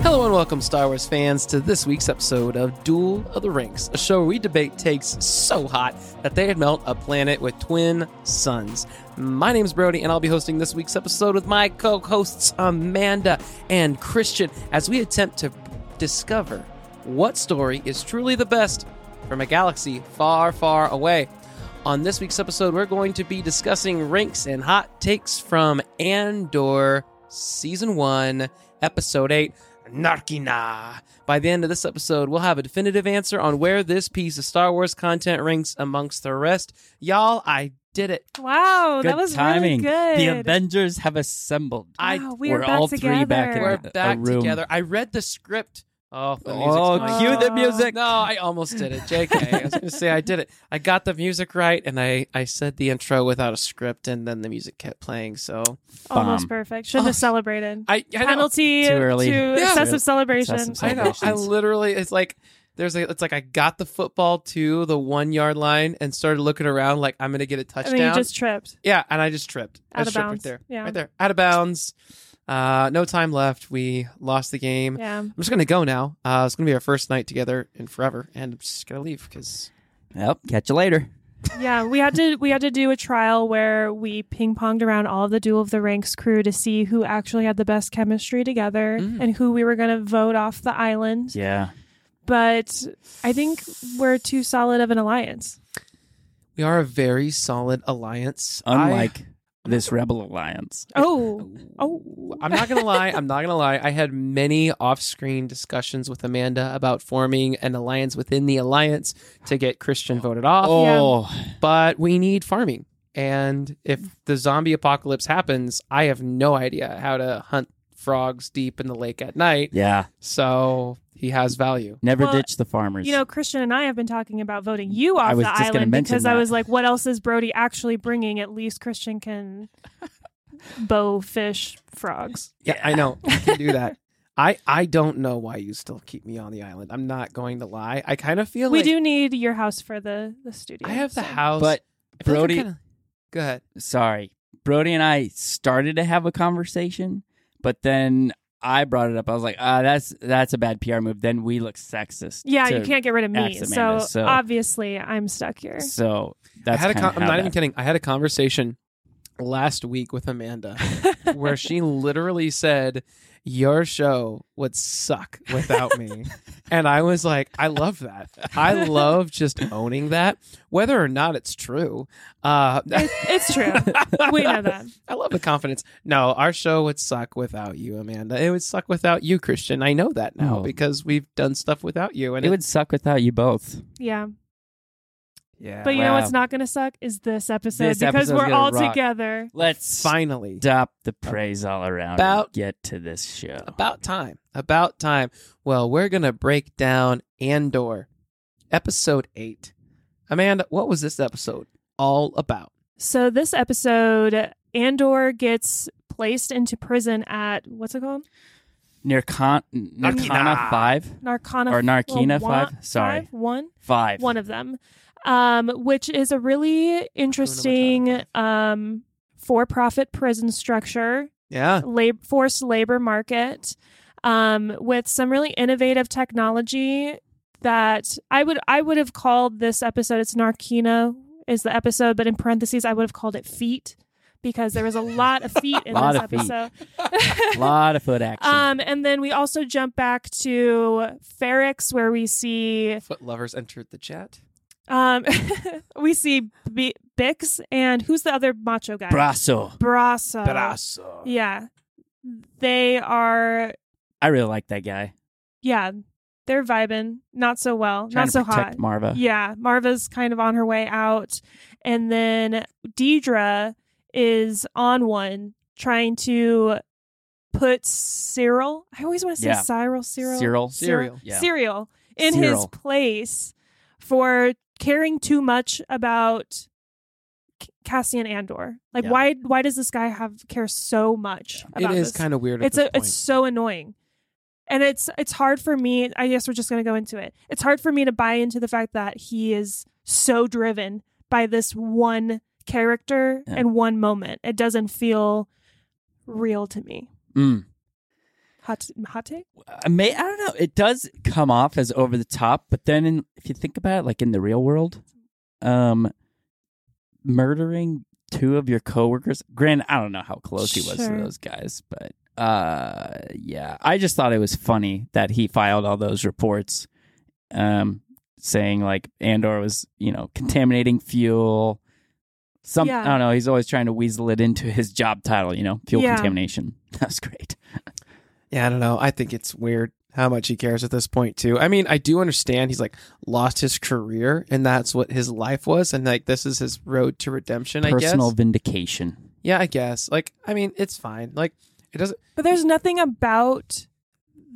Hello and welcome, Star Wars fans, to this week's episode of Duel of the Rings, a show where we debate takes so hot that they'd melt a planet with twin suns. My name's Brody, and I'll be hosting this week's episode with my co hosts Amanda and Christian as we attempt to discover what story is truly the best from a galaxy far, far away. On this week's episode, we're going to be discussing ranks and hot takes from Andor Season 1, Episode 8, Narkina. By the end of this episode, we'll have a definitive answer on where this piece of Star Wars content ranks amongst the rest. Y'all, I did it. Wow, Good that was timing. really The good. Avengers have assembled. I Wow, we are We're back all together. three back in We're a- a back room. together. I read the script. Oh, the music's Oh, playing. cue the Oh. music. No, I almost did it. JK. I was going to say I did it. I got the music right and I, I said the intro without a script and then the music kept playing. So Almost Bomb. perfect. Shouldn't have celebrated. I, I, know, Penalty Oh. Too early. to Yeah. excessive celebration. Excessive I know. I celebrations. literally, it's like, there's a, it's like I got the football to the one yard line and started looking around like I'm going to get a I touchdown. mean, you just tripped. yeah. And I just tripped. I Out just of tripped bounds. Right there. Yeah. Right there. Out of bounds. Uh, no time left. We lost the game. Yeah. I'm just gonna go now. Uh, it's gonna be our first night together in forever, and I'm just gonna leave because Yep. Catch you later. Yeah, we had to we had to do a trial where we ping ponged around all of the Duel of the Ranks crew to see who actually had the best chemistry together Mm. and who we were going to vote off the island. Yeah. But I think we're too solid of an alliance. we are a very solid alliance. I- Unlike this Rebel Alliance. Oh, oh, I'm not gonna lie. I'm not gonna lie. I had many off-screen discussions with Amanda about forming an alliance within the alliance to get Christian voted off. Oh, But we need farming, and if the zombie apocalypse happens, I have no idea how to hunt frogs deep in the lake at night. yeah. So he has value. Never Well, ditch the farmers. You know, Christian and I have been talking about voting you Mm. I off was the just gonna island mention because I that. was like, what else is Brody actually bringing? At least Christian can bow fish frogs. Yeah, I know. I can do that. I I don't know why you still keep me on the island. I'm not going to lie. I kind of feel We like do need your house for the the studio. I have the so- house, but I feel like I'm Brody- kinda- go ahead. sorry. Brody and I started to have a conversation, but then I brought it up. I was like, ah, that's that's a bad PR move. Then we look sexist. Yeah, to- you can't get rid of me. axe So, Amanda, so- obviously, I'm stuck here. So I that's had a kinda con- I'm how not that- even kidding. I had a conversation last week with Amanda where she literally said your show would suck without me. and I was like, I love that. I love just owning that whether or not it's true. Uh It- it's true. we know that. I love the confidence. No, our show would suck without you, Amanda. It would suck without you, Christian. I know that now No. because we've done stuff without you, and Oh. It would suck without you both. Yeah. yeah. But you know Wow. what's not going to suck is this episode This because episode's we're gonna all rock. together. Let's finally, stop the praise all around. About- and get to this show. about time. About time. Well, we're gonna break down Andor, episode eight. Amanda, what was this episode all about? So, this episode, Andor gets placed into prison at what's it called? Nirkan- Narkina. Nirkana 5 Narcana or Narkina well, one- 5 sorry five? one 5 one of them um which is a really interesting um for-profit prison structure Yeah, lab- forced labor market um with some really innovative technology that I would I would have called this episode it's Narkina is the episode but in parentheses I would have called it feet because there was a lot of feet in Lot this of feet. episode lot of foot action um and then we also jump back to Ferrex where we see foot lovers entered the chat. Um, we see B- Bix and who's the other macho guy? brasso Brasso. Brasso. Uh, Yeah, they are. i really like that guy Yeah, they're vibing not so well, trying not to so protect hot. marva Yeah, Marva's kind of on her way out, and then Deidre is on one trying to put Cyril. I always want to say Yeah. Cyril, Cyril, Cyril. Cereal. Yeah. Cereal in his Cyril. place for caring too much about C- Cassian Andor. Like Yeah. why why does this guy have care so much It about is this? kind of weird. At it's this a, point. it's so annoying. And it's it's hard for me, I guess we're just going to go into it. It's hard for me to buy into the fact that he is so driven by this one character Yeah. and one moment. It doesn't feel real to me. Mm. Hot, hot take? I may I don't know. It does come off as over the top, but then in, if you think about it, like in the real world, um, murdering two of your coworkers. Granted, I don't know how close he was to Sure. those guys, but uh, yeah, I just thought it was funny that he filed all those reports, um, saying like Andor was you know contaminating fuel. Some Yeah. I don't know. He's always trying to weasel it into his job title. You know, fuel Yeah. contamination. That's great. Yeah, I don't know. I think it's weird how much he cares at this point too. I mean, I do understand he's like lost his career and that's what his life was and like this is his road to redemption, Personal I guess. vindication. Yeah, I guess. Like I mean, it's fine. Like it doesn't But there's nothing about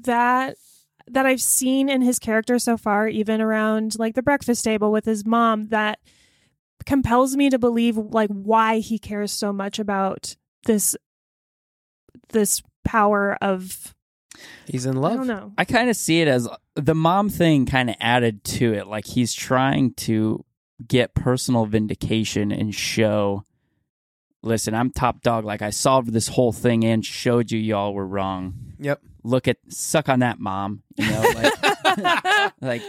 that that I've seen in his character so far, even around like the breakfast table with his mom, that compels me to believe like why he cares so much about this this power of he's in I love. don't know. I kind of see it as the mom thing kind of added to it. Like he's trying to get personal vindication and show, listen, I'm top dog. Like I solved this whole thing and showed you y'all were wrong. Yep. Look at, suck on that, mom. You know, like, like,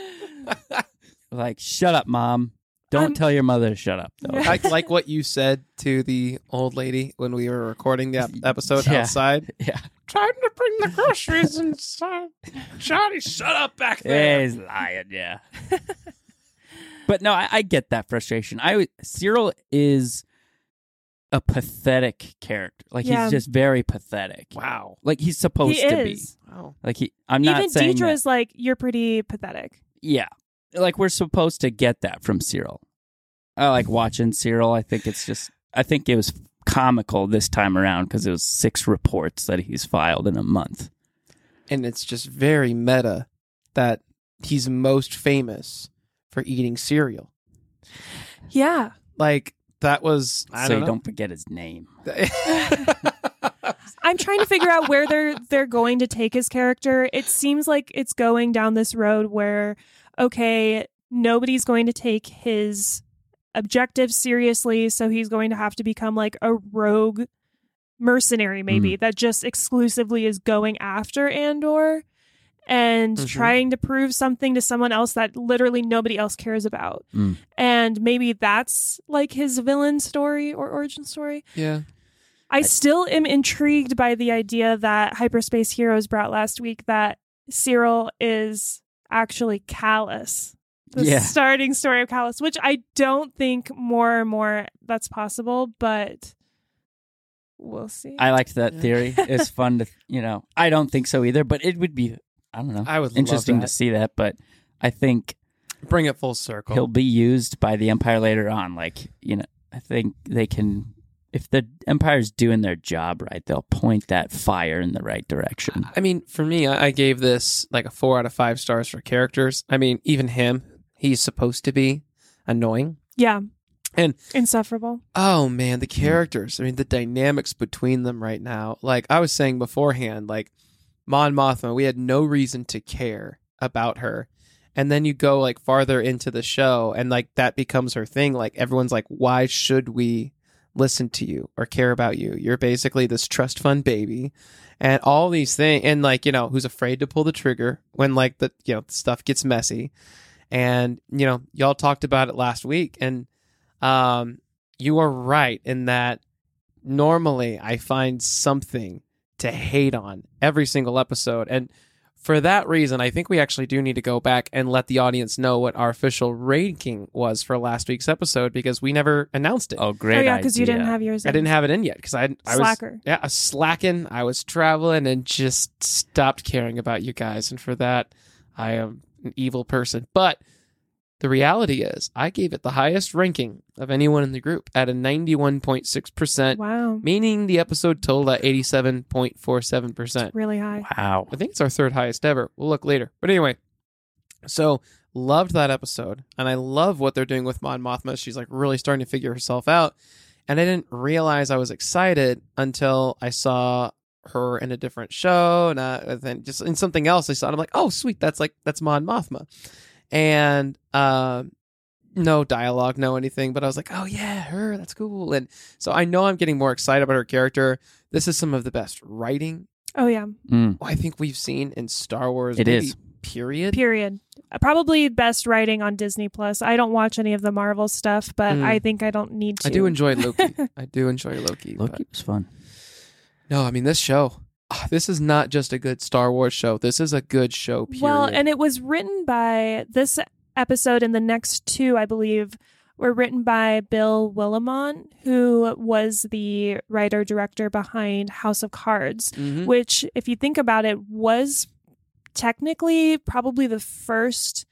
like, shut up, mom. Don't I'm- tell your mother to shut up, though. Yeah. like like what you said to the old lady when we were recording the ep- episode Yeah. outside. Yeah. Time to bring the groceries inside. Johnny, shut up back Yeah, he's lying, yeah. but no, I, I get that frustration. I would- Cyril is a pathetic character. Like Yeah. he's just very pathetic. Wow. Like he's supposed he to is. Wow. be. Like he I'm Even not saying that- Deidre's like, you're pretty pathetic. Yeah. Like we're supposed to get that from Cyril. I like watching Cyril. I think it's just I think it was comical this time around because it was six reports that he's filed in a month. and it's just very meta that he's most famous for eating cereal. Yeah. Like that was I so don't you know. don't forget his name. I'm trying to figure out where they're they're going to take his character. It seems like it's going down this road where okay, nobody's going to take his objectives seriously, so he's going to have to become like a rogue mercenary maybe that just exclusively is going after Andor and Mhm. trying to prove something to someone else that literally nobody else cares about. Mm. And maybe that's like his villain story or origin story. yeah. I still am intrigued by the idea that Hyperspace Heroes brought last week that Cyril is actually Callus. The Yeah. starting story of Callus, which I don't think more and more that's possible, but we'll see. I liked that Yeah. theory. It's fun to, you know, I don't think so either, but it would be, I don't know, I would interesting love to that. see that. But I think bring it full circle. he'll be used by the Empire later on. Like, you know, I think they can, if the Empire's doing their job right, they'll point that fire in the right direction. I mean, for me, I I gave this like a four out of five stars for characters. I mean, even him, he's supposed to be annoying. yeah. And- insufferable. Oh man, the characters. I mean, the dynamics between them right now. Like I was saying beforehand, like Mon Mothma, we had no reason to care about her. And then you go like farther into the show and like that becomes her thing. Like everyone's like, why should we listen to you or care about you? You're basically this trust fund baby and all these things. And like, you know, who's afraid to pull the trigger when like the, you know, stuff gets messy. And, you know, y'all talked about it last week. And, um, you are right in that normally I find something to hate on every single episode. And for that reason, I think we actually do need to go back and let the audience know what our official ranking was for last week's episode because we never announced it. Oh, great. oh yeah, because you didn't idea. have yours. I in. didn't have it in yet because I, I was slacker. yeah, I was slacking. I was traveling and just stopped caring about you guys. And for that, I am an evil person. But the reality is, I gave it the highest ranking of anyone in the group at a 91.6%, Wow. meaning the episode totaled at 87.47%. Really high. Wow. I think it's our third highest ever. We'll look later. But anyway, so loved that episode, and I love what they're doing with Mon Mothma. She's like really starting to figure herself out, and I didn't realize I was excited until I saw her in a different show, and uh, then just in something else I saw. It. I'm like, oh sweet, that's like that's Mon Mothma, and um. No dialogue, no anything, but I was like, oh yeah, her, that's cool. And so I know I'm getting more excited about her character. This is some of the best writing Oh yeah. Mm. I think we've seen in Star Wars. It maybe is. Period. Period. Uh, Probably best writing on Disney Plus. I don't watch any of the Marvel stuff, but Mm. I think I don't need to. I do enjoy Loki. I do enjoy Loki. but- Loki was fun. No, I mean this show. ah, This is not just a good Star Wars show. This is a good show. Period. Well, and it was written by this episode and the next two, I believe, were written by Bill Willimon, who was the writer director behind House of Cards, Mhm. which, if you think about it, was technically probably the first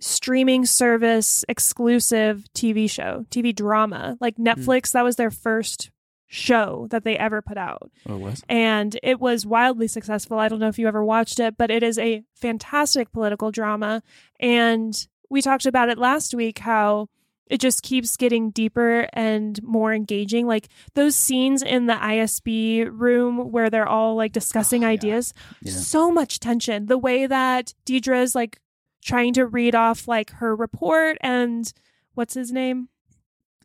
streaming service exclusive TV show, TV drama. Like Netflix, that was their first show that they ever put out Oh, was? and it was wildly successful. I don't know if you ever watched it, but it is a fantastic political drama. And we talked about it last week how it just keeps getting deeper and more engaging. Like those scenes in the ISB room where they're all like discussing Oh, yeah. ideas, Yeah. so much tension. The way that Deidre's like trying to read off like her report and what's his name?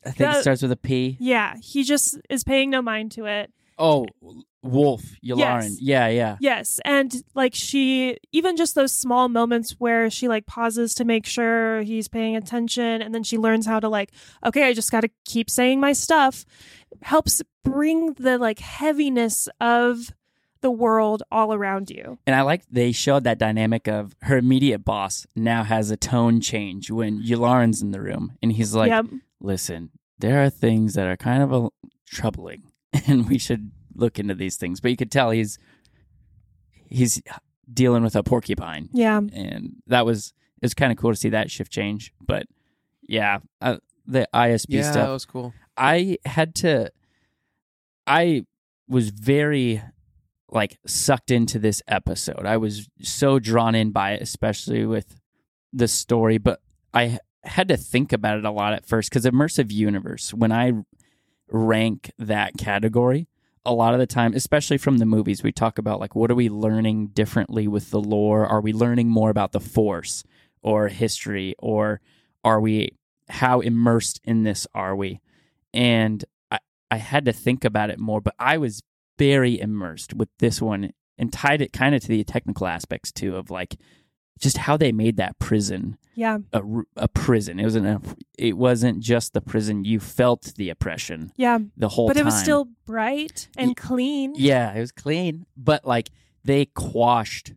I think The- it starts with a P. Yeah, he just is paying no mind to it. Oh, Wolf, Yularen. Yes. Yeah, yeah. Yes, and like she even just those small moments where she like pauses to make sure he's paying attention and then she learns how to like okay, I just got to keep saying my stuff helps bring the like heaviness of the world all around you. And I like they showed that dynamic of her immediate boss now has a tone change when Yularen's in the room, and he's like, yep. "Listen, there are things that are kind of a- troubling, and we should look into these things." But you could tell he's he's dealing with a porcupine, Yeah. and that was it was kind of cool to see that shift change. But yeah, uh, the ISB yeah, stuff. that was cool. I had to I was very like sucked into this episode. I was so drawn in by it, especially with the story, but I had to think about it a lot at first cuz immersive universe when I rank that category a lot of the time especially from the movies we talk about like what are we learning differently with the lore are we learning more about the force or history or are we how immersed in this are we and I, I had to think about it more, but I was very immersed with this one and tied it kind of to the technical aspects too of like just how they made that prison Yeah. a, r- a prison. It wasn't a, it wasn't just the prison. You felt the oppression Yeah. the whole But time. it was still bright and Y- clean. yeah, it was clean, but like they quashed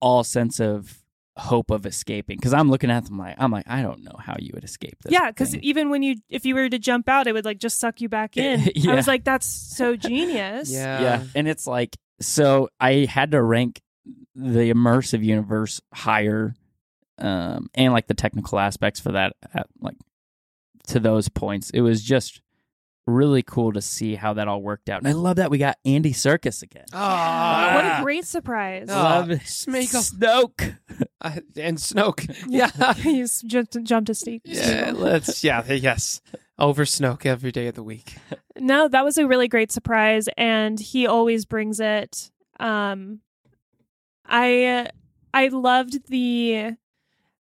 all sense of hope of escaping because I'm looking at them like I'm like I don't know how you would escape this. Yeah, because thing. even when you, if you were to jump out, it would like just suck you back in. Yeah. I was like, that's so genius. Yeah. yeah and it's like so i had to rank the immersive universe higher um and like the technical aspects for that at, like to those points it was just really cool to see how that all worked out and i love that we got andy circus again Ah, What a Ah. great surprise. Ah, love it. Smeagol. snoke I- and Snoke. Yeah. you s- jumped, jumped a steep. yeah. Let's. Yeah. Yes. Over Snoke every day of the week. No, that was a really great surprise, and he always brings it. Um, I uh, I loved the.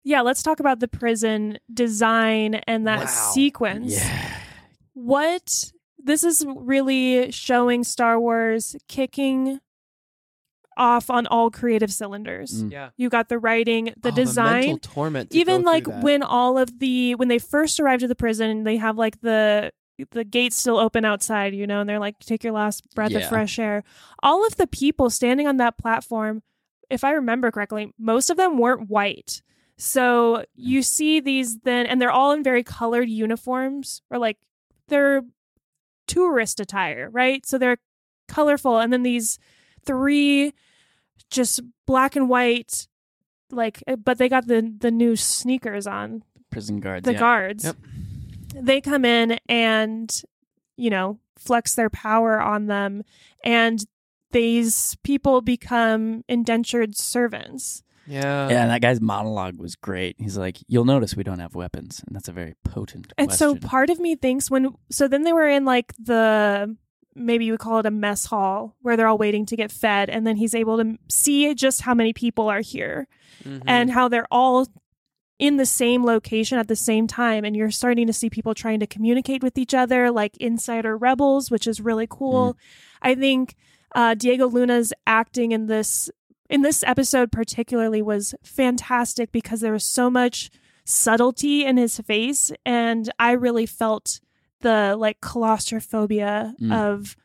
Yeah, let's talk about the prison design and that Wow. sequence. yeah What this is really showing Star Wars kicking off on all creative cylinders. Mm. Yeah. You got the writing, the Oh, design, mental torment. to go even through like that. when all of the when they first arrived at the prison they have like the the gates still open outside you know and they're like take your last breath Yeah. of fresh air all of the people standing on that platform if i remember correctly most of them weren't white so you see these then and they're all in very colored uniforms or like they're tourist attire right so they're colorful and then these three just black and white like uh, but they got the the new sneakers on prison guards the yeah. guards Yep. they come in and you know flex their power on them and these people become indentured servants Yeah. yeah, and that guy's monologue was great. He's like, "You'll notice we don't have weapons, and that's a very potent." and so question. part of me thinks when so then they were in like the maybe you would call it a mess hall where they're all waiting to get fed and then he's able to see just how many people are here Mhm. and how they're all in the same location at the same time and you're starting to see people trying to communicate with each other like insider rebels which is really cool i think Uh, Diego Luna's acting in this in this episode particularly was fantastic because there was so much subtlety in his face, and I really felt the like claustrophobia Mm. of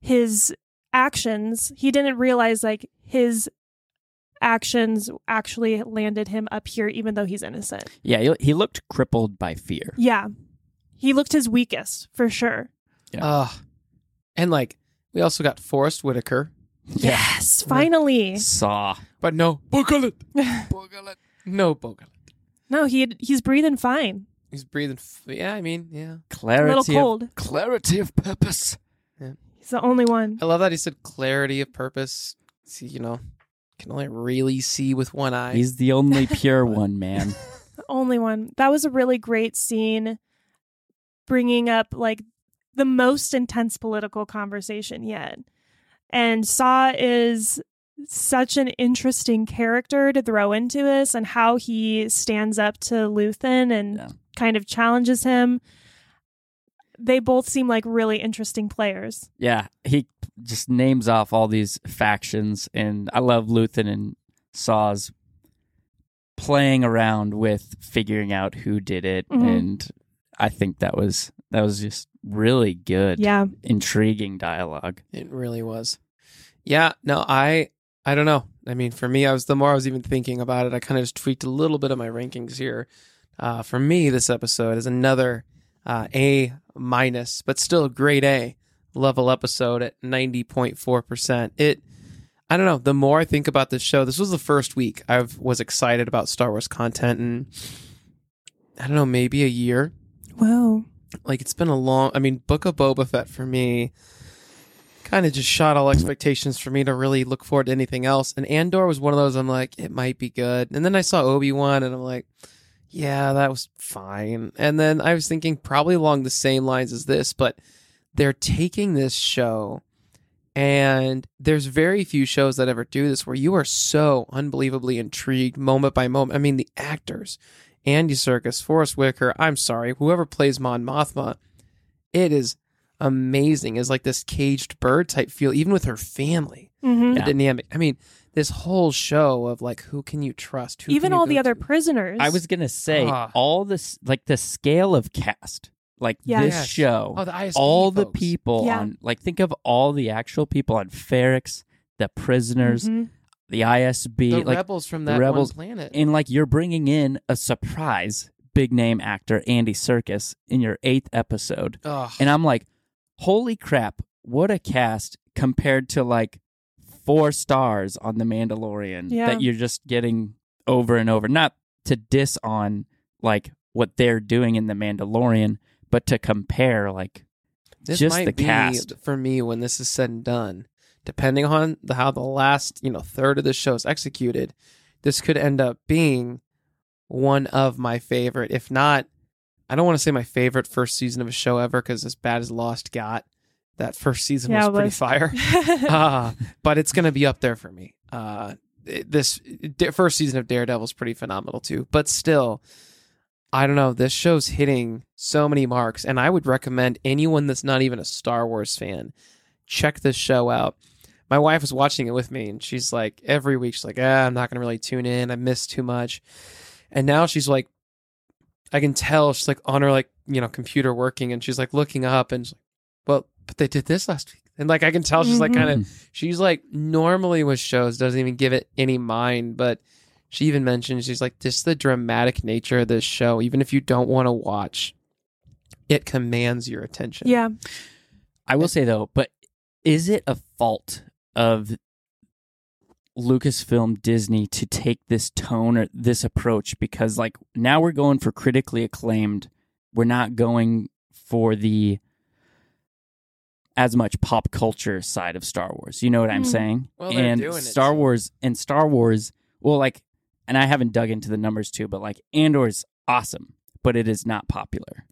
his actions. He didn't realize like his actions actually landed him up here, even though he's innocent. Yeah, he, he looked crippled by fear. Yeah. He looked his weakest for sure. Yeah. Ugh. Ah. and like we also got Forrest Whitaker, Yes, finally. Saw. but no Bogalit. Bogalit. No Bogalit. No, he he's breathing fine. He's breathing. F- yeah, I mean, yeah. Clarity. a little of- cold. clarity of purpose. He's the only one. I love that he said clarity of purpose. See, you know, can only really see with one eye. He's the only pure one, man. The only one. That was a really great scene bringing up like the most intense political conversation yet. And Saw is such an interesting character to throw into this and how he stands up to Luthen and Yeah. kind of challenges him. They both seem like really interesting players. Yeah, he just names off all these factions, and I love Luthen and Saw's playing around with figuring out who did it, Mhm. and I think that was that was just really good, Yeah. intriguing dialogue. It really was. Yeah, no, I I don't know. I mean, for me, I was the more I was even thinking about it, I kind of just tweaked a little bit of my rankings here. Uh, for me, this episode is another uh, A minus, but still a grade A level episode at ninety point four percent. It, I don't know. The more I think about this show, this was the first week I was excited about Star Wars content, and I don't know, maybe a year Whoa. like it's been a long I mean Book of Boba Fett for me kind of just shot all expectations for me to really look forward to anything else and Andor was one of those I'm like it might be good and then I saw Obi-Wan and I'm like yeah that was fine and then I was thinking probably along the same lines as this but they're taking this show and there's very few shows that ever do this where you are so unbelievably intrigued moment by moment I mean the actors Andy Circus, Forrest Whitaker, I'm sorry, whoever plays Mon Mothma, it is amazing. It's like this caged bird type feel, even with her family. hmm The Yeah. dynamic. I mean, this whole show of like who can you trust? Who Even can you all the go other to? prisoners. I was gonna say Ah. all this, like the scale of cast, like Yeah. this Yes. show, oh, the ISP all the folks. people Yeah. on, like think of all the actual people on Ferrix, the prisoners, Mhm. the ISB, the like rebels from the that rebels one planet. and like you're bringing in a surprise big name actor Andy Circus in your eighth episode, Ugh. and I'm like, holy crap, what a cast compared to like four stars on The Mandalorian Yeah. that you're just getting over and over. Not to diss on like what they're doing in The Mandalorian, but to compare like this just might the be cast. for me when this is said and done. Depending on the, how the last you know third of the show is executed, this could end up being one of my favorite, if not, I don't want to say my favorite first season of a show ever because as bad as Lost got, that first season was Yeah, it pretty was. fire. Mm-hmm. uh, but it's going to be up there for me. Uh, it- this da- first season of Daredevil is pretty phenomenal too, but still, I don't know. This show's hitting so many marks, and I would recommend anyone that's not even a Star Wars fan check this show out. My wife was watching it with me, and she's like, every week, she's like, ah, I'm not going to really tune in. I miss too much. And now she's like, I can tell she's like on her like you know computer working, and she's like looking up, and she's like, well, but they did this last week, and like I can tell she's like Mhm. kind of She's like normally with shows doesn't even give it any mind, but she even mentioned she's like just the dramatic nature of this show. Even if you don't want to watch, it commands your attention. yeah. I will say though, but is it a fault of Lucasfilm Disney to take this tone or this approach because like now we're going for critically acclaimed, we're not going for the as much pop culture side of Star Wars. You know what I'm Mm. saying? Hmm. Well, they're and doing it, Star so- Wars and Star Wars, well like and I haven't dug into the numbers too, but like Andor's awesome, but it is not popular.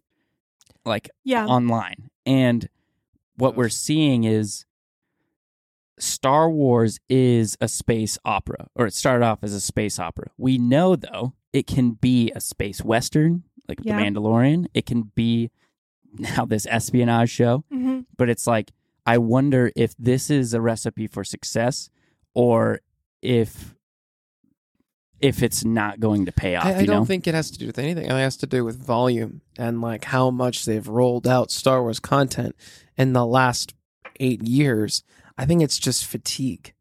Like Yeah. online. And what Um, Ugh. we're seeing is Star Wars is a space opera, or it started off as a space opera. We know, though, it can be a space western, like Yeah. The Mandalorian. It can be now this espionage show, Mhm. but it's like I wonder if this is a recipe for success or if if it's not going to pay off. I, I you don't know? think it has to do with anything. It has to do with volume and like how much they've rolled out Star Wars content in the last eight years. I think it's just fatigue.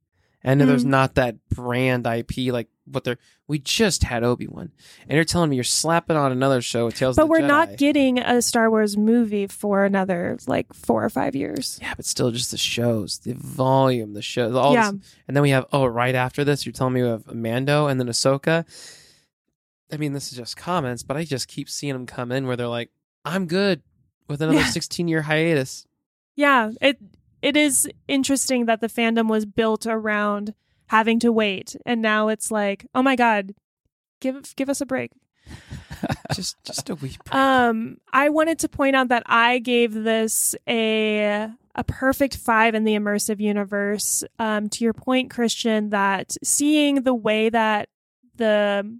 And then there's Mm. not that brand IP like what they're. We just had Obi Wan, and you're telling me you're slapping on another show with Tales of But the we're Jedi. not getting a Star Wars movie for another like four or five years. yeah, but still, just the shows, the volume, the shows, all Yeah. this And then we have oh, right after this, you're telling me we have Mando and then Ahsoka. I mean, this is just comments, but I just keep seeing them come in where they're like, "I'm good with another Yeah. 16 year hiatus." Yeah, it it is interesting that the fandom was built around having to wait, and now it's like, oh my god, give give us a break. Just, just a wee. bit. Um, I wanted to point out that I gave this a a perfect five in the immersive universe. Um, to your point, Christian, that seeing the way that the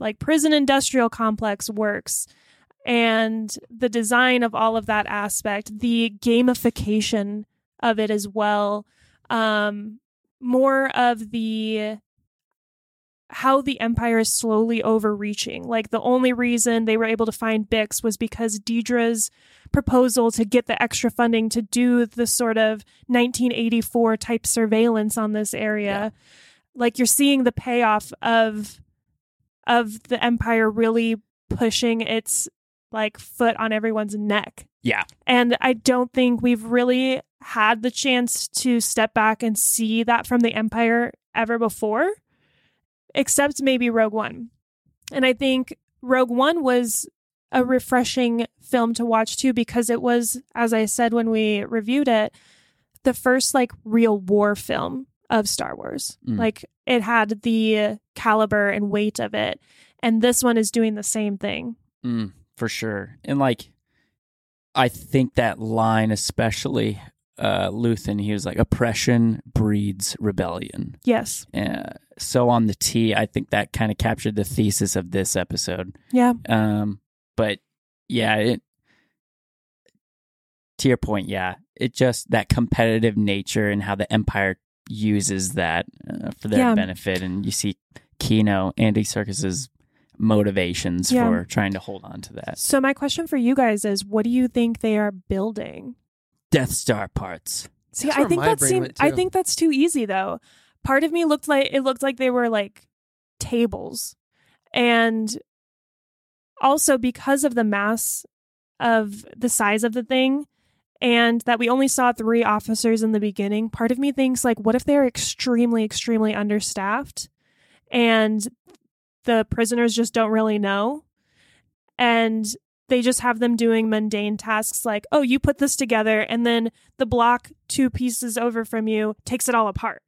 like prison industrial complex works and the design of all of that aspect, the gamification of it as well, um, more of the how the empire is slowly overreaching. Like the only reason they were able to find Bix was because Deidre's proposal to get the extra funding to do the sort of 1984 type surveillance on this area. Like you're seeing the payoff of of the empire really pushing its like foot on everyone's neck. Yeah. And I don't think we've really had the chance to step back and see that from the empire ever before except maybe Rogue One. And I think Rogue One was a refreshing film to watch too because it was as I said when we reviewed it the first like real war film of Star Wars. Mm. Like it had the caliber and weight of it and this one is doing the same thing. Mm, for sure. And like, I think that line, especially uh, Luthen, he was like, oppression breeds rebellion. Yes. Uh, so on the T, I think that kind of captured the thesis of this episode. Yeah. Um, but yeah, it, to your point, yeah, it just that competitive nature and how the Empire uses that uh, for their Yeah. benefit. And you see Kino, Andy Circus's motivations Yeah. for trying to hold on to that. So my question for you guys is what do you think they are building? Death Star parts. See, That's I where think my that brain seemed. went, I too. think that's too easy though. Part of me looked like it looked like they were like tables, and also because of the mass of the size of the thing, and that we only saw three officers in the beginning. Part of me thinks like, what if they're extremely, extremely understaffed, and the prisoners just don't really know, and they just have them doing mundane tasks like, oh, you put this together, and then the block two pieces over from you takes it all apart.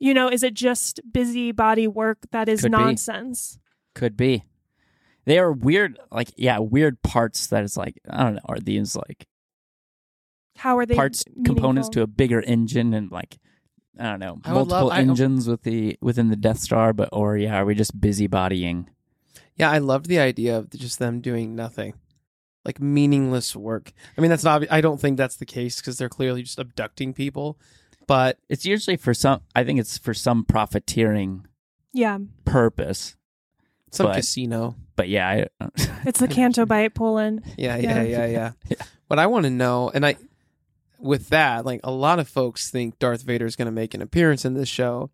You know, is it just busybody work that is Could be. nonsense? Could be. They are weird, like yeah, weird parts that is like I don't know. Are these like How are they parts components to a bigger engine and like I don't know I would multiple love- I- engines with the within the Death Star? But or yeah, are we just busybodying? yeah, I loved the idea of just them doing nothing, like meaningless work. I mean, that's not. I don't think that's the case because they're clearly just abducting people. But It's usually for some. I think it's for some profiteering Yeah, purpose. some But- casino. But yeah, I, uh, it's the Canto Bite Poland. Yeah, Yeah. yeah, yeah, yeah. What I want to know, and I, with that, like a lot of folks think Darth Vader is going to make an appearance in this show.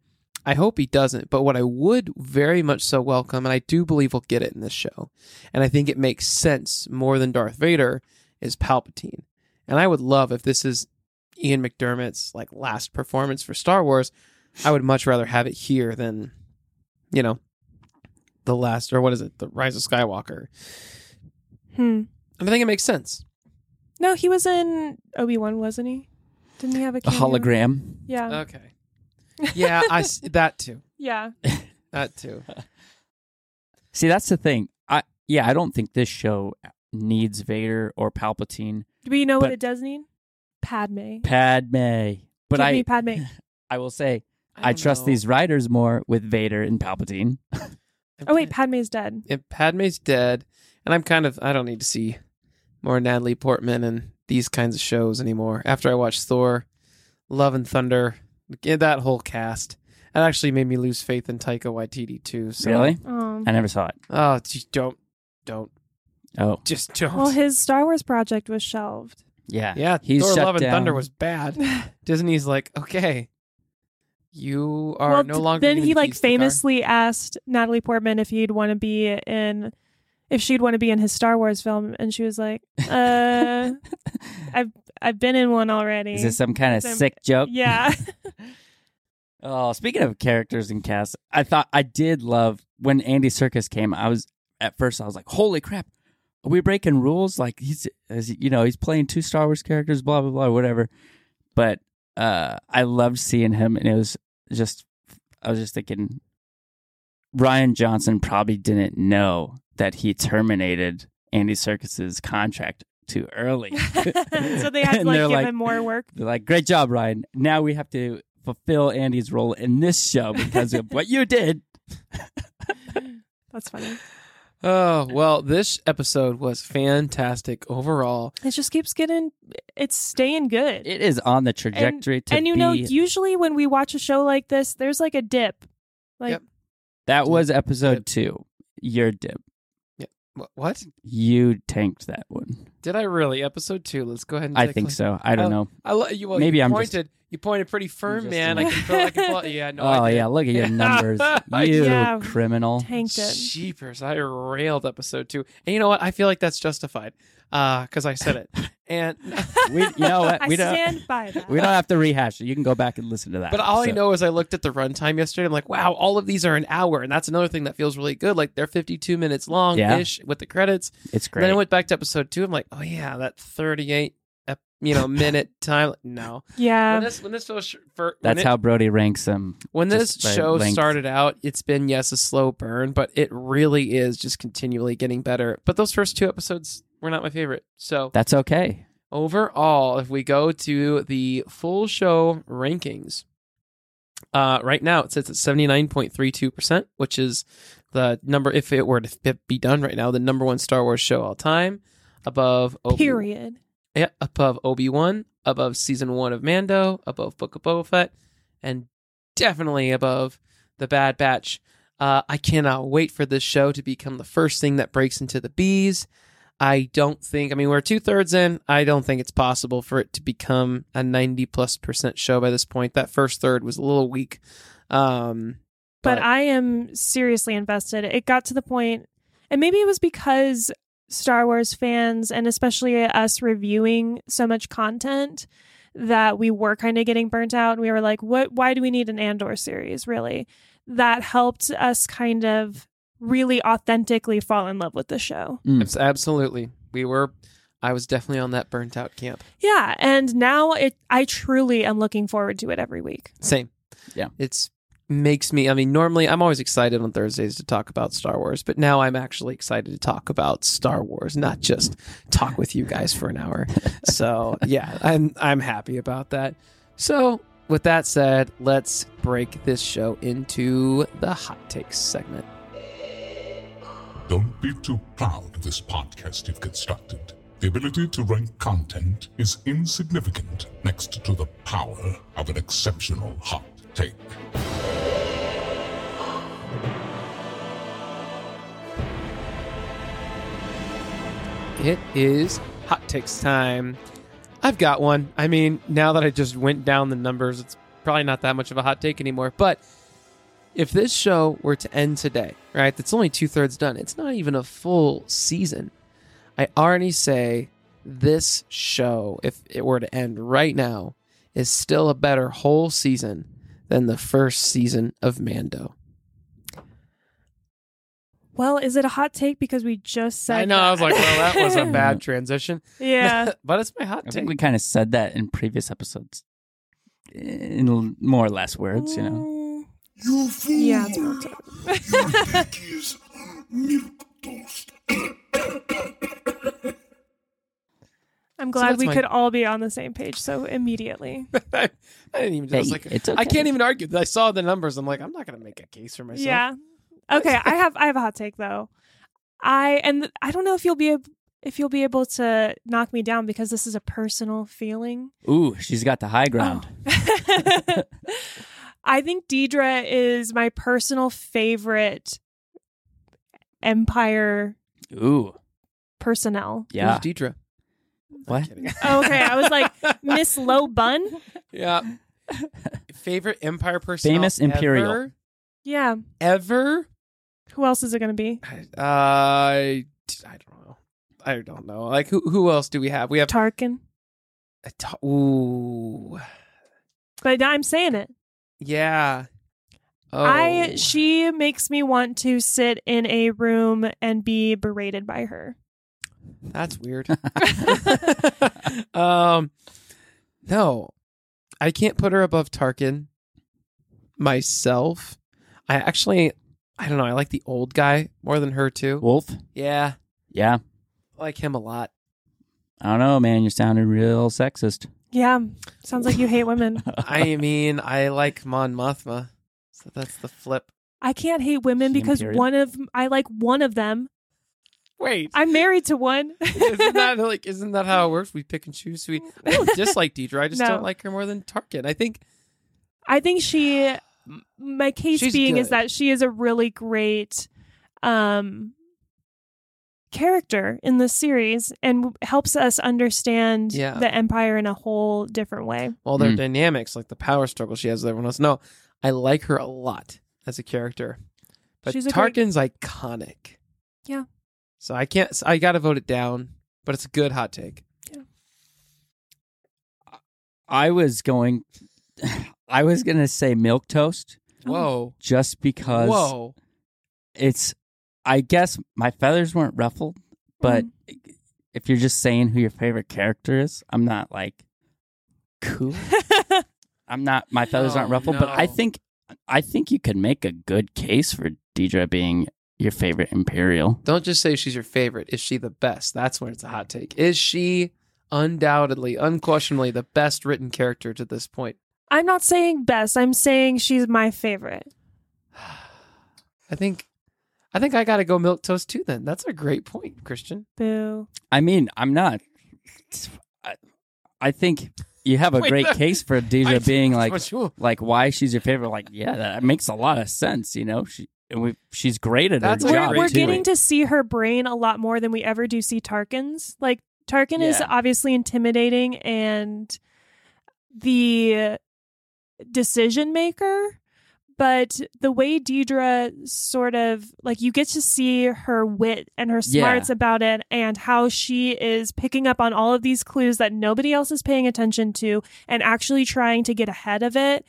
I hope he doesn't, but what I would very much so welcome, and I do believe we'll get it in this show, and I think it makes sense more than Darth Vader, is Palpatine. And I would love if this is Ian McDermott's like last performance for Star Wars. I would much rather have it here than, you know, the last or what is it, the Rise of Skywalker. Hmm. And I think it makes sense. No, he was in Obi Wan, wasn't he? Didn't he have a, a cameo? hologram. Yeah, Okay. Yeah, I s- that too. yeah. That too. See, that's the thing. I yeah, I don't think this show needs Vader or Palpatine. Do we know what But- it does need? Padme. Padme. But Give I me Padme. I will say I, trust these writers more with Vader and Palpatine. Oh wait, Padme's dead. if Padme's dead, and I'm kind of I don't need to see more Natalie Portman and these kinds of shows anymore. After I watched Thor, Love and Thunder, yeah, that whole cast. It actually made me lose faith in Taika Waititi too. So. Really? Um, I never saw it. Oh, just don't, don't, Oh, just don't. well, his Star Wars project was shelved. yeah. yeah, He's Thor: shut Love and down. Thunder was bad. Disney's like, okay, you are well, no th- longer. then gonna he like grease the car." famously asked Natalie Portman if he'd want to be in if she'd want to be in his Star Wars film and she was like, "Uh, I've I've been in one already." Is this some kind of Some- sick joke? yeah. Oh, speaking of characters and casts, I thought I did love when Andy Circus came. I was at first I was like, "Holy crap, are we breaking rules?" Like he's, as you know, he's playing two Star Wars characters, blah blah blah, whatever. But uh, I loved seeing him, and it was just I was just thinking, Ryan Johnson probably didn't know that he terminated Andy Circus's contract too early. so they had to like And they're give him more work. they're like, great job, Ryan. Now we have to fulfill Andy's role in this show because of what you did. That's funny. Oh well, this episode was fantastic overall. It just keeps getting it's staying good. It is on the trajectory to and you be. know, usually when we watch a show like this, there's like a dip. Like Yep. that was Dip. episode two. Your dip. Wh- What You tanked that one. did I really? Episode two. Let's go ahead and. I take a think look. so. I don't Oh, know. I lo- you, well, Maybe you I'm just- pointed. you pointed pretty firm, just man. I like- can feel. I can feel. Yeah, no. oh I did. yeah, look at your numbers. you Yeah. criminal. tanked it. Jeepers, I railed episode two. And you know what? I feel like that's justified because I said it. And We, you know what? I We don't. stand by that. We don't have to rehash it. You can go back and listen to that. But all I So- know is I looked at the runtime yesterday. I'm like, wow, all of these are an hour. And that's another thing that feels really good. Like they're 52 minutes long ish with the credits. it's Then I great. went back to episode two. I'm like, oh yeah, that 38 ep- you know minute time. No, yeah. when this when this was sh- for, when Um, That's it- how Brody ranks them. When this just by show length. started out, it's been yes a slow burn, but it really is just continually getting better. But those first two episodes were not my favorite. So That's okay. overall, if we go to the full show rankings, uh, right now it sits at seventy nine point three two percent, which is the number if it were to f- be done right now, the number one Star Wars show all time, above Obi- Period. yeah, above Obi Wan, above season one of Mando, above Book of Boba Fett, and definitely above the Bad Batch. Uh, I cannot wait for this show to become the first thing that breaks into the bees. I don't think. I mean, we're two thirds in. I don't think it's possible for it to become a ninety plus percent show by this point. That first third was a little weak. Um, but I am seriously invested. It got to the point, and maybe it was because Star Wars fans, and especially us reviewing so much content, that we were kind of getting burnt out. And we were like, what? Why do we need an Andor series, really? That helped us kind of really authentically fall in love with the show. abs- absolutely, we were. I was definitely on that burnt out camp. Yeah. And now it, I truly am looking forward to it every week. Same. Yeah. It's makes me I mean normally I'm always excited on Thursdays to talk about Star Wars, but now I'm actually excited to talk about Star Wars, not just talk with you guys for an hour. So, yeah, I'm I'm happy about that. So, with that said, let's break this show into the hot takes segment. Don't be too proud of this podcast you've constructed. The ability to rank content is insignificant next to the power of an exceptional hot take. It is hot takes time. I've got one. I mean, now that I just went down the numbers, it's probably not that much of a hot take anymore. But if this show were to end today, right, it's only two thirds done, it's not even a full season. I already say this show, if it were to end right now, is still a better whole season than the first season of Mando. Well, is it a hot take because we just said? I know. I was like, well, that was a not bad transition. yeah. but it's my hot I take. think we kind of said that in previous episodes, in l- more or less words, you know. Mm, You fool! Yeah, it's about time. is milk toast. I'm glad that's we my- could all be on the same page so immediately. I, I didn't even. I was Hey, like, it's I okay. can't even argue. I saw the numbers. I'm like, I'm not gonna make a case for myself. Yeah. Okay, I have I have a hot take though. I and I don't know if you'll be ab- if you'll be able to knock me down because this is a personal feeling. Ooh, she's got the high ground. I think Deidre is my personal favorite Empire Ooh, personnel. yeah. Who's Deidre? What? Okay, I was like Miss Low Bun. yeah. Favorite Empire person? Famous Imperial. Ever? Yeah. ever? Who else is it going to be? I, I I don't know. I don't know. Like who who else do we have? We have Tarkin. Ta- ooh. But I'm saying it. Yeah. Oh. I she makes me want to sit in a room and be berated by her. That's weird. um, no, I can't put her above Tarkin. Myself, I actually, I don't know. I like the old guy more than her too. Wolf? Yeah, Yeah. I like him a lot. I don't know, man. You're sounding real sexist. Yeah. Sounds like you hate women. I mean, I like Mon Mothma. So that's the flip. I can't hate women She because imperial. one of I like one of them. Wait, I'm married to one. isn't that like isn't that how it works? We pick and choose. We I don't dislike Deidre. I just No. don't like her more than Tarkin. I think I think she m- my case She's being is good. that she is a really great um character in this series and w- helps us understand Yeah. the empire in a whole different way. all their Mm. dynamics, like the power struggle she has with everyone else. No, I like her a lot as a character, but She's a great- Tarkin's iconic. Yeah. So I can't. I got to vote it down, but it's a good hot take. I was going, I was going to say milk toast Oh. Whoa. just because Whoa. it's, I guess my feathers weren't ruffled, but Mm-hmm. if you're just saying who your favorite character is, I'm not like cool. I'm not, my feathers No, aren't ruffled, but I no. think, I think you could make a good case for Deidre being your favorite Imperial. Don't just say she's your favorite. Is she the best? That's when it's a hot take. Is she undoubtedly, unquestionably the best written character to this point? I'm not saying best. I'm saying she's my favorite. I think. I think I got to go milk toast too. Then that's a great point, Christian. Boo. I mean, I'm not. I, I think you have a Wait, great no. case for Deidre being like, Sure. like why she's your favorite. Like, yeah, that makes a lot of sense. You know, she and we she's great at That's her a We're, job. great we're too. getting to see her brain a lot more than we ever do see Tarkin's. Like Tarkin is Yeah. obviously intimidating and the decision maker, but the way Deidre sort of like you get to see her wit and her Yeah. smarts about it and how she is picking up on all of these clues that nobody else is paying attention to and actually trying to get ahead of it.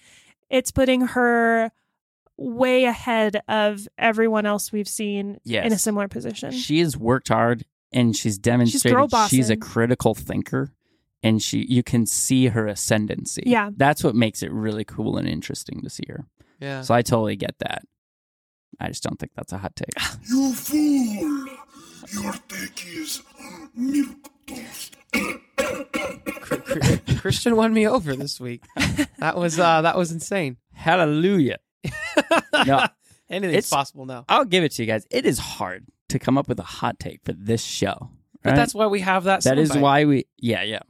It's putting her way ahead of everyone else we've seen Yes. in a similar position. She has worked hard and she's girl demonstrated she's, bossing. a critical thinker, and she you can see her ascendancy. Yeah. that's what makes it really cool and interesting to see her. Yeah. So I totally get that. I just don't think that's a hot take. You fool! Your take is milk toast. Cr- Christian won me over this week. That was uh that was insane. Hallelujah. No. Anything's It's- possible now. I'll give it to you guys. It is hard to come up with a hot take for this show. But right? that's why we have that. that is soundbite. why we yeah yeah,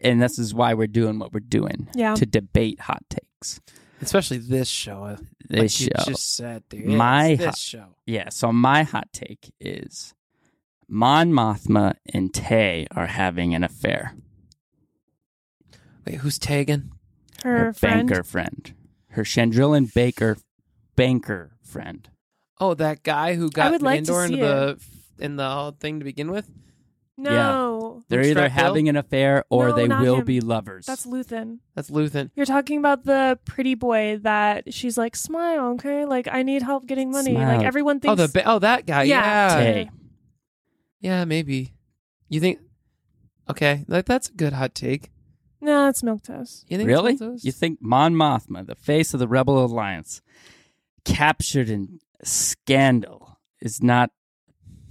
and this is why we're doing what we're doing Yeah. to debate hot takes. especially this show. uh, This like show, you just said, dude. My It's hot- this show. yeah. So my hot take is Mon Mothma and Tay are having an affair. Wait, who's tagging? Her, friend. banker friend, her Chandrillan Baker banker friend. Oh, that guy who got would like to Andor into see the in the whole thing to begin with. No. They're either Bootstrap Bill? having an affair or No, they not will him. be lovers. That's Luthen. That's Luthen. You're talking about the pretty boy that she's like, smile, okay? Like, I need help getting money. Smile. Like, everyone Oh, thinks. the ba- oh that guy. Yeah. Yeah, yeah, Tay. maybe. You think? Okay, like that's a good hot take. no, it's milk toast. You think it's really? one of those? You think Mon Mothma, the face of the Rebel Alliance, captured in scandal, is not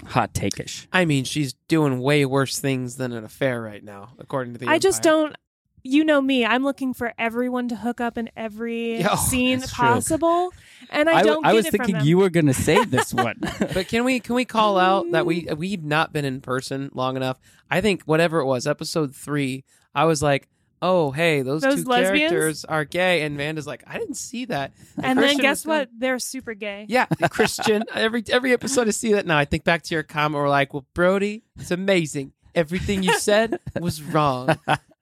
hot takeish? I mean, she's doing way worse things than an affair right now, according to the. I just Empire. don't. you know me, I'm looking for everyone to hook up in every Yeah, oh, scene that's true. possible, and I w- don't. get was it thinking from them. you were going to say this one. But can we can we call out that we uh, we've not been in person long enough? I think whatever it was, episode three, I was like, oh hey, those, Those two lesbians? characters are gay, and Vanda's like, I didn't see that. And then Christian guess was gonna- what? They're super gay. Yeah, Christian. every every episode I see that now. I think back to your comment. We're like, well, Brody, it's amazing. Everything you said was wrong,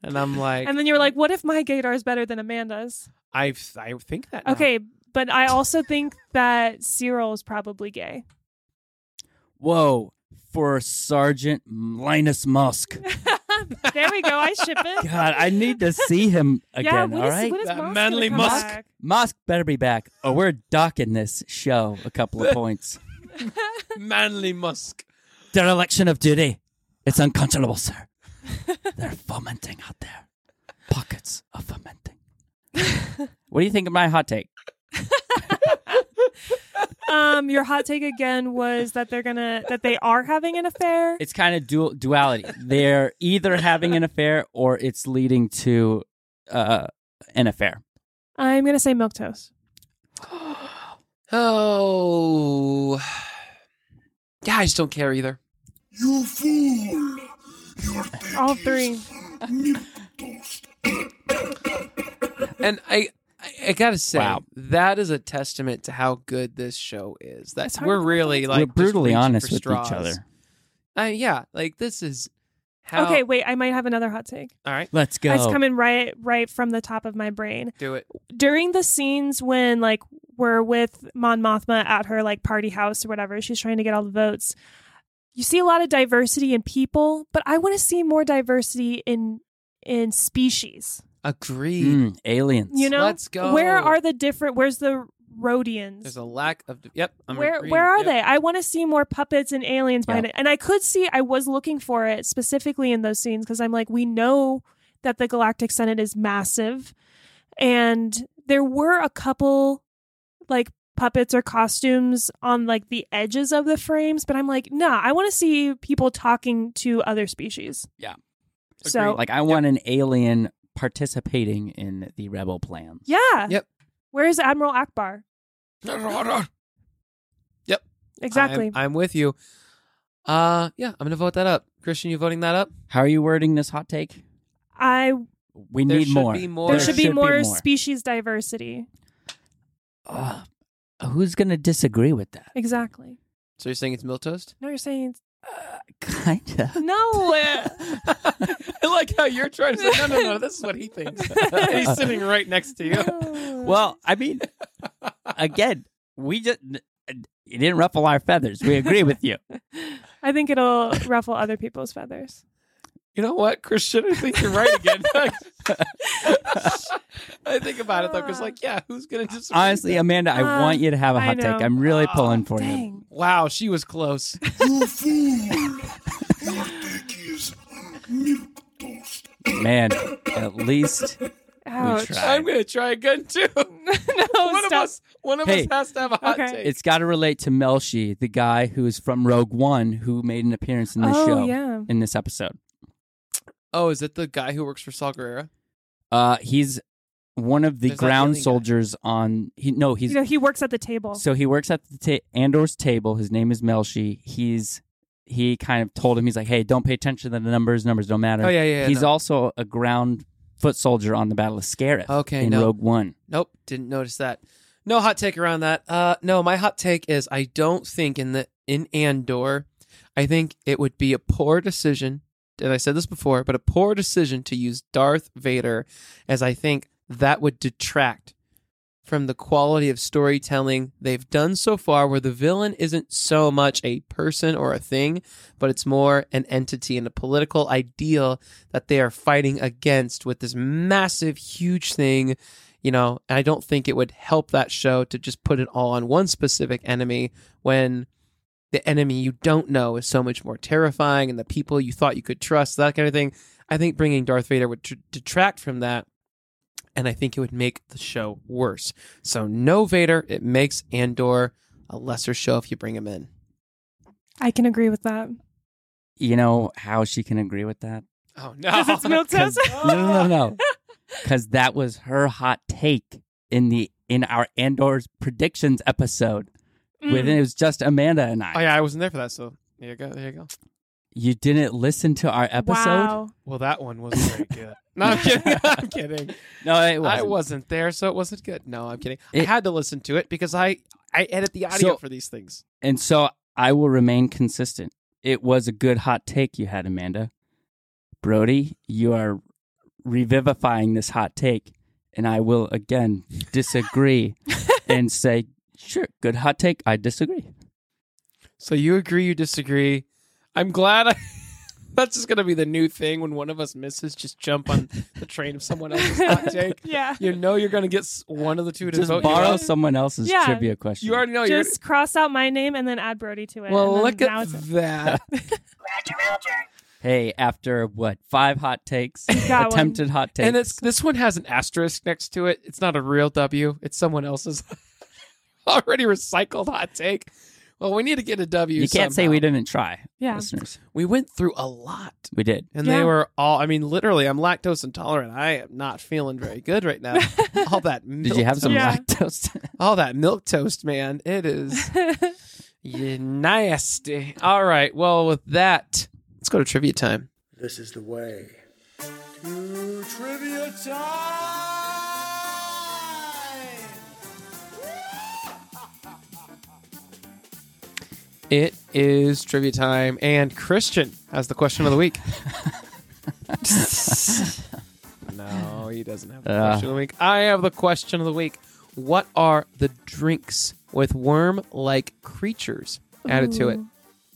and I'm like, And then you were like, "What if my gaydar is better than Amanda's?" I I think that now. Okay, but I also think that Cyril is probably gay. Whoa, for Sergeant Linus Musk. there we go. I ship it. God, I need to see him again. yeah. When all is, right, when is That Moss manly gonna come Musk. back? Musk better be back, or we're docking this show a couple of points. manly Musk. Dereliction of duty. It's unconscionable, sir. They're fomenting out there. Pockets of fomenting. what do you think of my hot take? Um, your hot take again was that they're gonna that they are having an affair. It's kind of dual duality. They're either having an affair or it's leading to uh, an affair. I'm gonna say milk toast. Oh, yeah, I just don't care either. You fool! You're thinking All three. toast. And I, I, I gotta say, Wow. that is a testament to how good this show is. It's That's hard we're to really like We're just brutally reaching honest for with straws. each other. Uh, yeah, like this is how. Okay, wait. I might have another hot take. all right, Let's go. It's coming right right from the top of my brain. do it. during the scenes when like we're with Mon Mothma at her like party house or whatever, she's trying to get all the votes. You see a lot of diversity in people, but I want to see more diversity in in species. Agreed. Mm, aliens. You know, Let's go. Where are the different? Where's the Rhodians? There's a lack of. Yep. I'm where agreeing. where are Yep. they? I want to see more puppets and aliens behind Yeah. it. And I could see I was looking for it specifically in those scenes because I'm like, we know that the Galactic Senate is massive, and there were a couple like puppets or costumes on like the edges of the frames, but I'm like, nah, I want to see people talking to other species. Yeah. So Like I want an alien participating in the rebel plan. yeah. Yep. Where is Admiral Akbar? Exactly. I'm, I'm with you. Uh, yeah, I'm gonna vote that up. Christian, you voting that up? How are you wording this hot take? I We There need should more. be more. there There should be more species diversity. Ugh. who's going to disagree with that? Exactly. So you're saying it's milk toast? No, you're saying Kind of. No. eh. I like how you're trying to say no, no, no. This is what he thinks. He's sitting right next to you. Well, I mean, again, we just it didn't ruffle our feathers. We agree with you. I think it'll ruffle other people's feathers. You know what, Christian? I think you're right again. I think about it though, because like, yeah, who's gonna just Honestly, Amanda, I Uh, want you to have a I hot take. know. I'm really pulling for you. Dang. Wow, she was close. You fool! Your dick is milk toast. Man, at least Ouch. tried. I'm gonna try again too. No, one of stop. us, one of Hey. us has to have a hot Okay. take. it's got to relate to Melshi, the guy who is from Rogue One, who made an appearance in this oh, show yeah. in this episode. oh, is it the guy who works for Saul Guerrero? Uh, he's one of the There's that alien ground guy. soldiers on. He no, he's You know, he works at the table. So he works at the ta- Andor's table. His name is Melshi. He's he kind of told him he's like, hey, don't pay attention to the numbers. Numbers don't matter. Oh yeah, yeah. yeah, he's no. also a ground foot soldier on the Battle of Scarif. Okay, in no. Rogue One. Nope, didn't notice that. No hot take around that. Uh, no, my hot take is I don't think in the in Andor, I think it would be a poor decision. And I said this before, but a poor decision to use Darth Vader, as I think that would detract from the quality of storytelling they've done so far, where the villain isn't so much a person or a thing, but it's more an entity and a political ideal that they are fighting against with this massive, huge thing. You know, and I don't think it would help that show to just put it all on one specific enemy when the enemy you don't know is so much more terrifying and the people you thought you could trust, that kind of thing. I think bringing Darth Vader would tr- detract from that. And I think it would make the show worse. So, no Vader. It makes Andor a lesser show if you bring him in. I can agree with that. You know how she can agree with that? Oh, no. Because it's milk 'Cause- toast. no, no, no, no. because that was her hot take in the in our Andor's predictions episode. Mm. With it was just Amanda and I. Mm-hmm. Oh yeah, I wasn't there for that. So there you go. There you go. You didn't listen to our episode. Wow. Well, that one wasn't very good. no, I'm kidding. I'm kidding. No, it I wasn't. wasn't there, so it wasn't good. No, I'm kidding. I It- had to listen to it because I I edit the audio So- for these things. And so I will remain consistent. It was a good hot take you had, Amanda. Brody, you are revivifying this hot take. And I will again disagree and say, sure, good hot take. I disagree. So you agree, you disagree. I'm glad. I, that's just gonna be the new thing when one of us misses, just jump on the train of someone else's hot take. Yeah. You know you're gonna get s- one of the two to Just vote you borrow out. someone else's Yeah. trivia question. You already know Oh, you're. Just cross out my name and then add Brody to it. Well, and then look now at it's- that. hey, after what, five hot takes, got one. attempted hot takes. and it's this one has an asterisk next to it. It's not a real W. It's someone else's already recycled hot take. Well, we need to get a W. you can't say somehow. we didn't try, Yeah. listeners. We went through a lot. We did. And Yeah. they were all, I mean, literally, I'm lactose intolerant. I am not feeling very good right now. all that milk, Did you have some Yeah. lactose? all that milk toast, man. It is y- nasty. All right. Well, with that, let's go to trivia time. This is the way to trivia time. It is trivia time, and Christian has the question of the week. no, he doesn't have the Uh. question of the week. I have the question of the week. What are the drinks with worm like creatures added to it?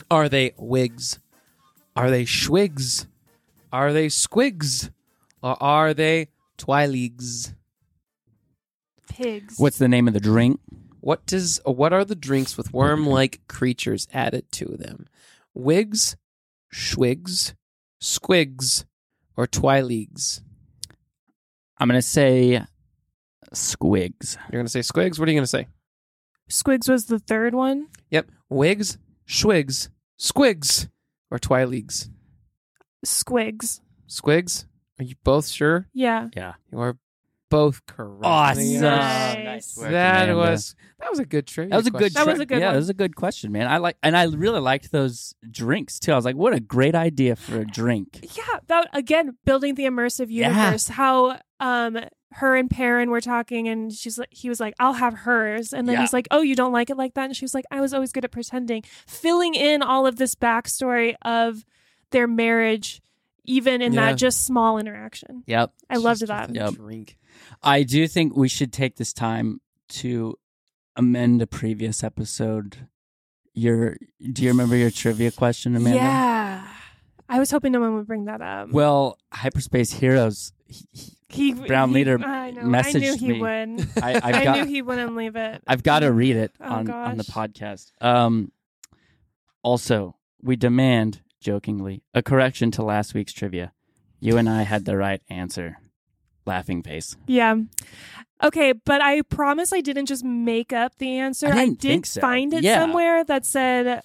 Are they wigs? Are they schwigs? Are they squigs? Or are they twileagues? Pigs. What's the name of the drink? What does what are the drinks with worm like creatures added to them? Wigs, schwigs, squigs, or twileagues? I'm going to say squigs. You're gonna say squigs? What are you gonna say? Squigs was the third one. Yep. Wigs, schwigs, squigs, or twileagues. Squigs. Squigs? Are you both sure? Yeah. You are both correct. Awesome. uh, Nice. That was that was a good trivia. that was a question. good That was a tri- good yeah, one. that was a good question, man. I like and I really liked those drinks too. I was like, what a great idea for a drink. Yeah. That again, building the immersive Yeah. universe. How um her and Perrin were talking and she's like he was like, I'll have hers. And then Yeah. he's like, Oh, you don't like it like that? And she was like, I was always good at pretending. Filling in all of this backstory of their marriage, even in Yeah. that just small interaction. Yep. I loved that. Yep. Drink. I do think we should take this time to amend a previous episode. Your do you remember your trivia question, Amanda? Yeah. I was hoping no one would bring that up. Well, Hyperspace Heroes. he- he- he, Brown Leader I know. I messaged knew he me. would. I, I've I got knew he wouldn't leave it. I've got to read it Oh, on, on the gosh. podcast. Um, also, we demand, jokingly, a correction to last week's trivia. You and I had the right answer. Laughing face. Yeah. Okay, but I promise I didn't just make up the answer. I didn't did think so. find it Yeah. somewhere that said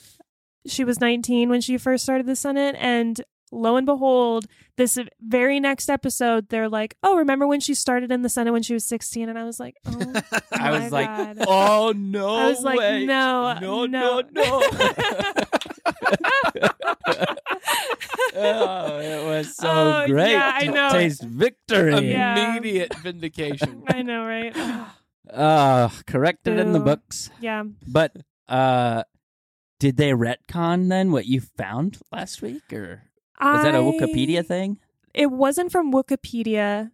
she was 19 when she first started the Senate. And lo and behold, this very next episode, they're like, oh, remember when she started in the Senate when she was 16? And I was like, oh, I my was like, God. oh no! I was like, way. no, no, no. no, oh, it was so Oh, great. yeah, I to know. Taste victory. Yeah. Immediate "Oh." vindication. I know, right? Uh, corrected in the Boo. books, yeah. but uh, did they retcon then what you found last week, or was that a Wikipedia thing? It wasn't from Wikipedia,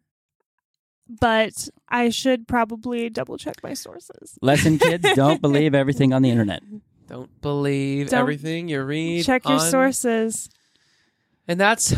but I should probably double check my sources. Lesson kids, don't believe everything on the internet. Don't believe Don't- everything you read. Check your on- sources. And that's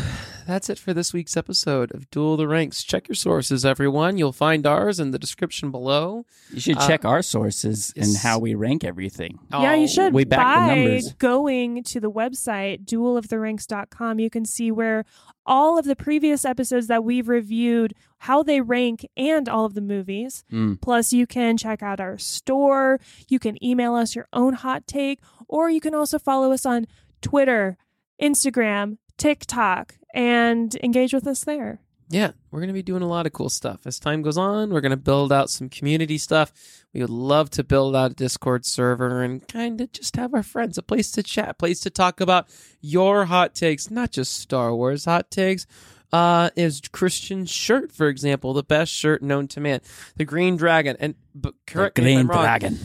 that's it for this week's episode of Duel the Ranks. Check your sources, everyone. You'll find ours in the description below. You should Uh, check our sources and yes. how we rank everything. yeah, Oh, you should. we back the By numbers. going to the website, dueloftheranks.com, you can see where all of the previous episodes that we've reviewed, how they rank, and all of the movies. Mm. Plus, you can check out our store. You can email us your own hot take, or you can also follow us on Twitter, Instagram, TikTok, and engage with us there. Yeah, we're going to be doing a lot of cool stuff. As time goes on, we're going to build out some community stuff. We would love to build out a Discord server and kind of just have our friends, a place to chat, place to talk about your hot takes, not just Star Wars hot takes. Uh, is Christian shirt, for example, the best shirt known to man? The Green Dragon, and but correct me if Green I'm wrong, Dragon.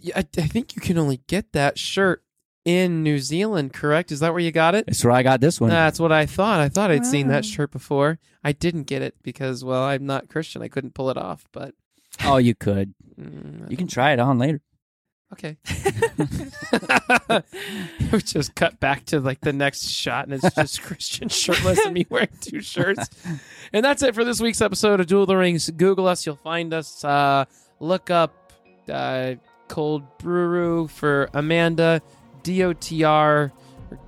yeah, I, I think you can only get that shirt in New Zealand, correct? Is that where you got it? That's where I got this one. That's what I thought. I thought I'd seen that Wow. shirt before. I didn't get it because, well, I'm not Christian. I couldn't pull it off, but. oh, you could. mm, I You can try it on later. Okay. we just cut back to like the next shot, and it's just Christian shirtless and me wearing two shirts. And that's it for this week's episode of Duel of the Rings. Google us, you'll find us. Uh, look up uh, Cold Brew for Amanda, DOTR, or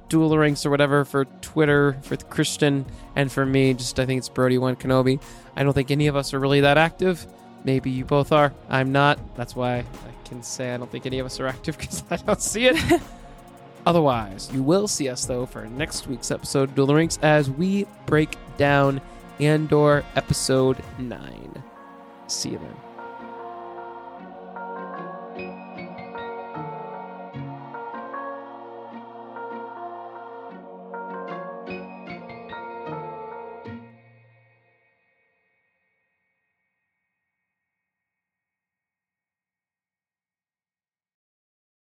Duel of the Rings, or whatever for Twitter, for Christian, and for me. Just I think it's Brody1 Kenobi. I don't think any of us are really that active. Maybe you both are. I'm not. That's why I can say I don't think any of us are active because I don't see it. Otherwise, you will see us though for next week's episode of Duel of the Rings as we break down Andor episode 9. See you then.